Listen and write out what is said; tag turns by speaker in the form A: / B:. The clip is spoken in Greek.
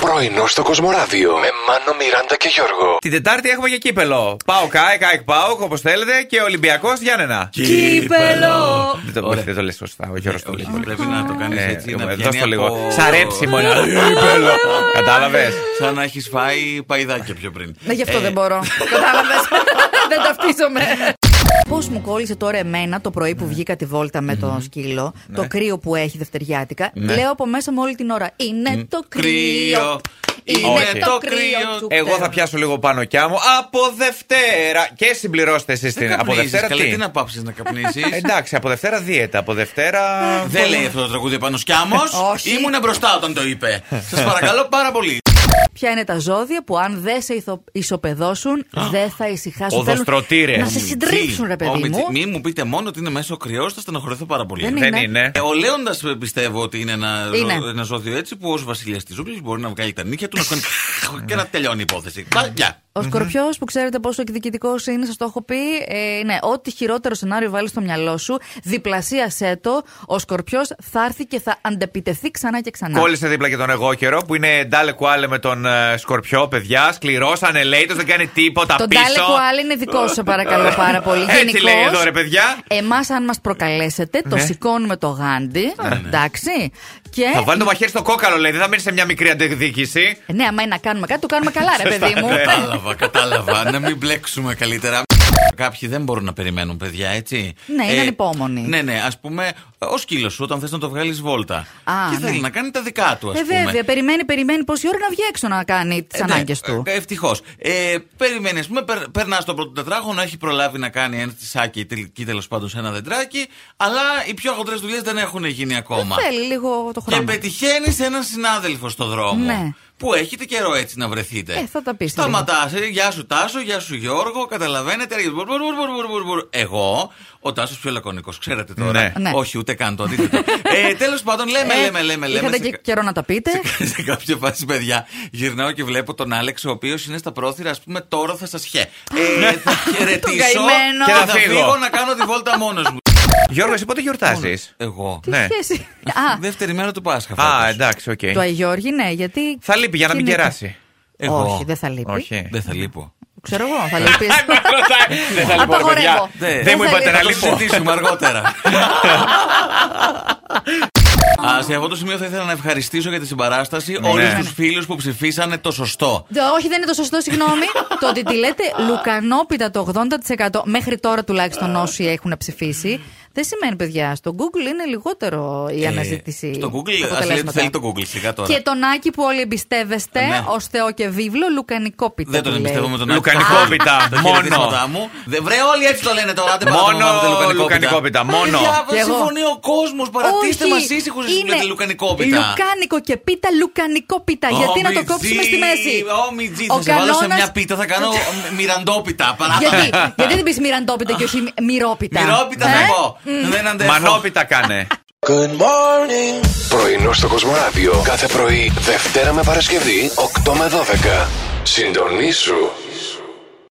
A: Πρωινό στο Κοσμοράδιο με Μάνο, Μιράντα και Γιώργο.
B: Την Τετάρτη έχουμε για κύπελο. Πάω ΚΑΕΚ, ΑΕΚ ΠΑΟΚ, όπως θέλετε, και Ολυμπιακός Γιάννενα.
C: Κύπελο!
B: Δεν το-
D: Ωραία.
B: Δεν το λες σωστά, ο Γιώργος το λέει.
D: Όχι, Πρέπει να το κάνεις
B: Ε,
D: έτσι.
B: ε,
D: να
B: δώσ'
D: βγαίνει
B: το λίγο.
D: από- Ε,
B: Σαν ρέψιμο, ναι. ένα
D: Κύπελο. Ε,
B: Κατάλαβες.
D: Σαν να έχεις φάει παϊδάκια πιο πριν.
C: Ναι, γι' αυτό
D: Ε,
C: δεν μπορώ. Κατάλαβες. δεν ταυτίζομαι. Πώ μου κόλλησε τώρα εμένα το πρωί που βγήκα τη βόλτα με το σκύλο, το κρύο που έχει δευτεριάτικα. Λέω από μέσα μου όλη την ώρα: Είναι το Ναι. κρύο.
D: Κρύο.
B: Όχι.
C: Είναι το κρύο. του
B: Εγώ θα
D: ε.
C: πέρα».
B: πιάσω λίγο πάνω κιά μου από Δευτέρα. Και συμπληρώστε εσείς την.
D: Δεν
B: Από
D: ε, καπνίζεις,
B: Δευτέρα
D: Καλέ,
B: τι.
D: τι να πάψεις να καπνίσει.
C: Ε,
B: Εντάξει, από Δευτέρα δίαιτα. Από Δευτέρα.
D: Ε, Δεν λέει αυτό το τραγούδι πάνω σκιάμο.
C: Όχι.
D: Ήμουν μπροστά όταν το είπε. Σας παρακαλώ πάρα πολύ.
C: Ποια είναι τα ζώδια που αν δεν σε ηθο- ισοπεδώσουν, δεν θα ησυχάσουν. Θέλουν
B: Οδοστρωτήρες.
C: Να σε συντρίψουν, ρε
D: Ω,
C: παιδί
D: Μιτσι-
C: μου.
D: Μη μου πείτε μόνο ότι είναι μέσα ο κρυός, θα στενοχωρηθώ πάρα πολύ.
C: Δεν
B: Δεν
C: είναι.
B: είναι.
D: Ε, ο Λέοντα πιστεύω ότι είναι ένα, ζω-
C: Είναι.
D: ένα ζώδιο έτσι που ως βασιλιάς της ζούγκλης μπορεί να βγάλει τα νύχια του να κάνει και να τελειώνει η υπόθεση. Μπα, Γεια.
C: Ο σκορπιός που ξέρετε πόσο εκδικητικός είναι, σας το έχω πει. Ε, ναι, ό,τι χειρότερο σενάριο βάλει στο μυαλό σου, διπλασίασέ το. Ο σκορπιός θα έρθει και θα αντεπιτεθεί ξανά και ξανά.
B: Κόλλησε δίπλα και τον εγώ καιρό που είναι ντάλε κουάλε με τον ε, Σκορπιό, παιδιά. Σκληρό, ανελέητο, δεν κάνει τίποτα
C: Τον
B: πίσω.
C: Τάλε Κουάλ είναι δικός σου, σε παρακαλώ πάρα πολύ.
B: Έτσι λέει
C: Γενικώς,
B: εδώ, ρε παιδιά.
C: Εμάς αν μας προκαλέσετε, το σηκώνουμε το γάντι. Εντάξει. Και.
B: Θα βάλει το μαχαίρι στο κόκαλο, λέει. Δεν θα μείνει σε μια μικρή αντεκδίκηση.
C: Ναι, άμα είναι να κάνουμε κάτι, το κάνουμε καλά, ρε παιδί μου. Ε,
D: Κατάλαβα, κατάλαβα. να μην μπλέξουμε καλύτερα. Κάποιοι δεν μπορούν να περιμένουν, παιδιά, έτσι.
C: Ναι, είναι ανυπόμονοι.
D: Ναι, ναι, ας πούμε, ο σκύλος σου όταν θες να το βγάλεις βόλτα.
C: Α,
D: και
C: ναι.
D: θέλει να κάνει τα δικά του, ας
C: Ε,
D: πούμε. Ε, ναι.
C: βέβαια, περιμένει, περιμένει πόση ώρα να βγει έξω να κάνει τις ανάγκε του.
D: Ευτυχώς. Ε, περιμένει, ας πούμε, περ, περνάς το πρώτο τετράγωνο, έχει προλάβει να κάνει ένα τσισάκι τελική τέλος πάντων σε ένα δεντράκι, αλλά οι πιο αγχωτρέ δουλειές δεν έχουν γίνει ακόμα.
C: Θέλει λίγο το
D: Και
C: χρόνο.
D: πετυχαίνει έναν συνάδελφο στο δρόμο.
C: Ναι.
D: Που έχετε καιρό έτσι να βρεθείτε.
C: Ε, θα τα πεις τώρα.
D: Σταματά. Γεια σου Τάσο, γεια σου Γιώργο. Καταλαβαίνετε. ρε, μπουρ, μπουρ, μπουρ, μπουρ, μπουρ, μπουρ. Εγώ, ο Τάσος πιο λακωνικός, ξέρετε τώρα.
B: Ναι.
C: Ναι.
D: Όχι, ούτε καν το αντίθετο. ε, Τέλος πάντων, λέμε,
C: Ε,
D: λέμε, λέμε. λέμε
C: Είχατε
D: σε
C: και
D: κα-
C: καιρό να τα πείτε.
D: σε κάποια φάση, παιδιά, γυρνάω και βλέπω τον Άλεξ, ο οποίος είναι στα πρόθυρα, ας πούμε, τώρα θα σας χε. Ε, θα χαιρετήσω
C: καημένο.
D: και
B: Και να
D: θα
B: φύγω.
D: φύγω να κάνω τη βόλτα μόνος μου.
B: Γιώργος, εσύ πότε γιορτάζεις.
D: Εγώ.
C: Τι
B: Ναι.
C: σχέση. Α,
D: Δεύτερη μέρα του Πάσχα. φέτος.
B: Α, εντάξει, οκ.
C: το Αϊγιώργη, ναι, γιατί.
B: Θα λείπει για να μην
C: είναι-
B: κεράσει.
D: Εγώ.
C: Όχι, δεν θα λείπει.
B: Όχι.
D: Δεν θα λείπω.
C: Ξέρω εγώ, θα λείπει.
B: Δεν θα λείπω, ρε παιδιά.
C: Απαγορεύω.
D: Δεν
B: Ε. Δεν μου
C: θα
B: είπατε
C: λείπω.
B: να
D: Θα το
B: λείπω.
D: συζητήσουμε αργότερα. Α, σε αυτό το σημείο θα ήθελα να ευχαριστήσω για τη συμπαράσταση όλους τους φίλους που ψηφίσανε το σωστό.
C: Δε- Όχι, δεν είναι το σωστό, συγγνώμη. το ότι τη λέτε λουκανόπιτα το 80% μέχρι τώρα τουλάχιστον όσοι έχουν ψηφίσει. Δεν σημαίνει, παιδιά. Στο Google είναι λιγότερο η αναζήτηση.
D: Ε, Στο
C: τα
D: Google, α λέει ότι
C: αποτελέσματα.
D: θέλει το Google σιγά τώρα.
C: Και τον Άκη που όλοι εμπιστεύεστε
D: Ναι.
C: ως Θεό και βίβλο, λουκανικόπιτα.
D: Δεν
C: του
D: τον
C: λέει.
D: εμπιστεύομαι τον Άκη.
B: Λουκανικόπιτα,
D: Τα
B: μόνο.
D: χαιρετίσματά μου. Δεν βρε, όλοι έτσι το λένε τώρα. άντε
B: Μόνο
D: παρατάμε να βάλετε
B: λουκανικόπιτα, μόνο.
C: Και
D: Παιδιά,
C: εγώ.
D: συμφωνεί ο κόσμος. Παρατήστε
C: Όχι,
D: μας ήσυχους εσείς με
C: είναι
D: τη λουκανικόπιτα.
C: Λουκάνικο και πίτα, λουκανικόπιτα. Γιατί να το
D: Όμιτζι,
C: κόψουμε στη μέση.
D: Όμιτζι,
C: Ο
D: θα σε βάλω σε
C: κανόνας-
D: μια πίτα, θα κάνω μοιραντόπιτα. παράτα.
C: γιατί, γιατί δεν πεις μοιραντόπιτα και όχι μοιρόπιτα.
D: Μοιρόπιτα
C: Ε?
D: θα πω. Δεν αντέχω.
B: Μανόπιτα κάνε.
A: Πρωινό στο Κοσμοράδιο κάθε πρωί, Δευτέρα με Παρασκευή, 8 με 12. Συντονίσου.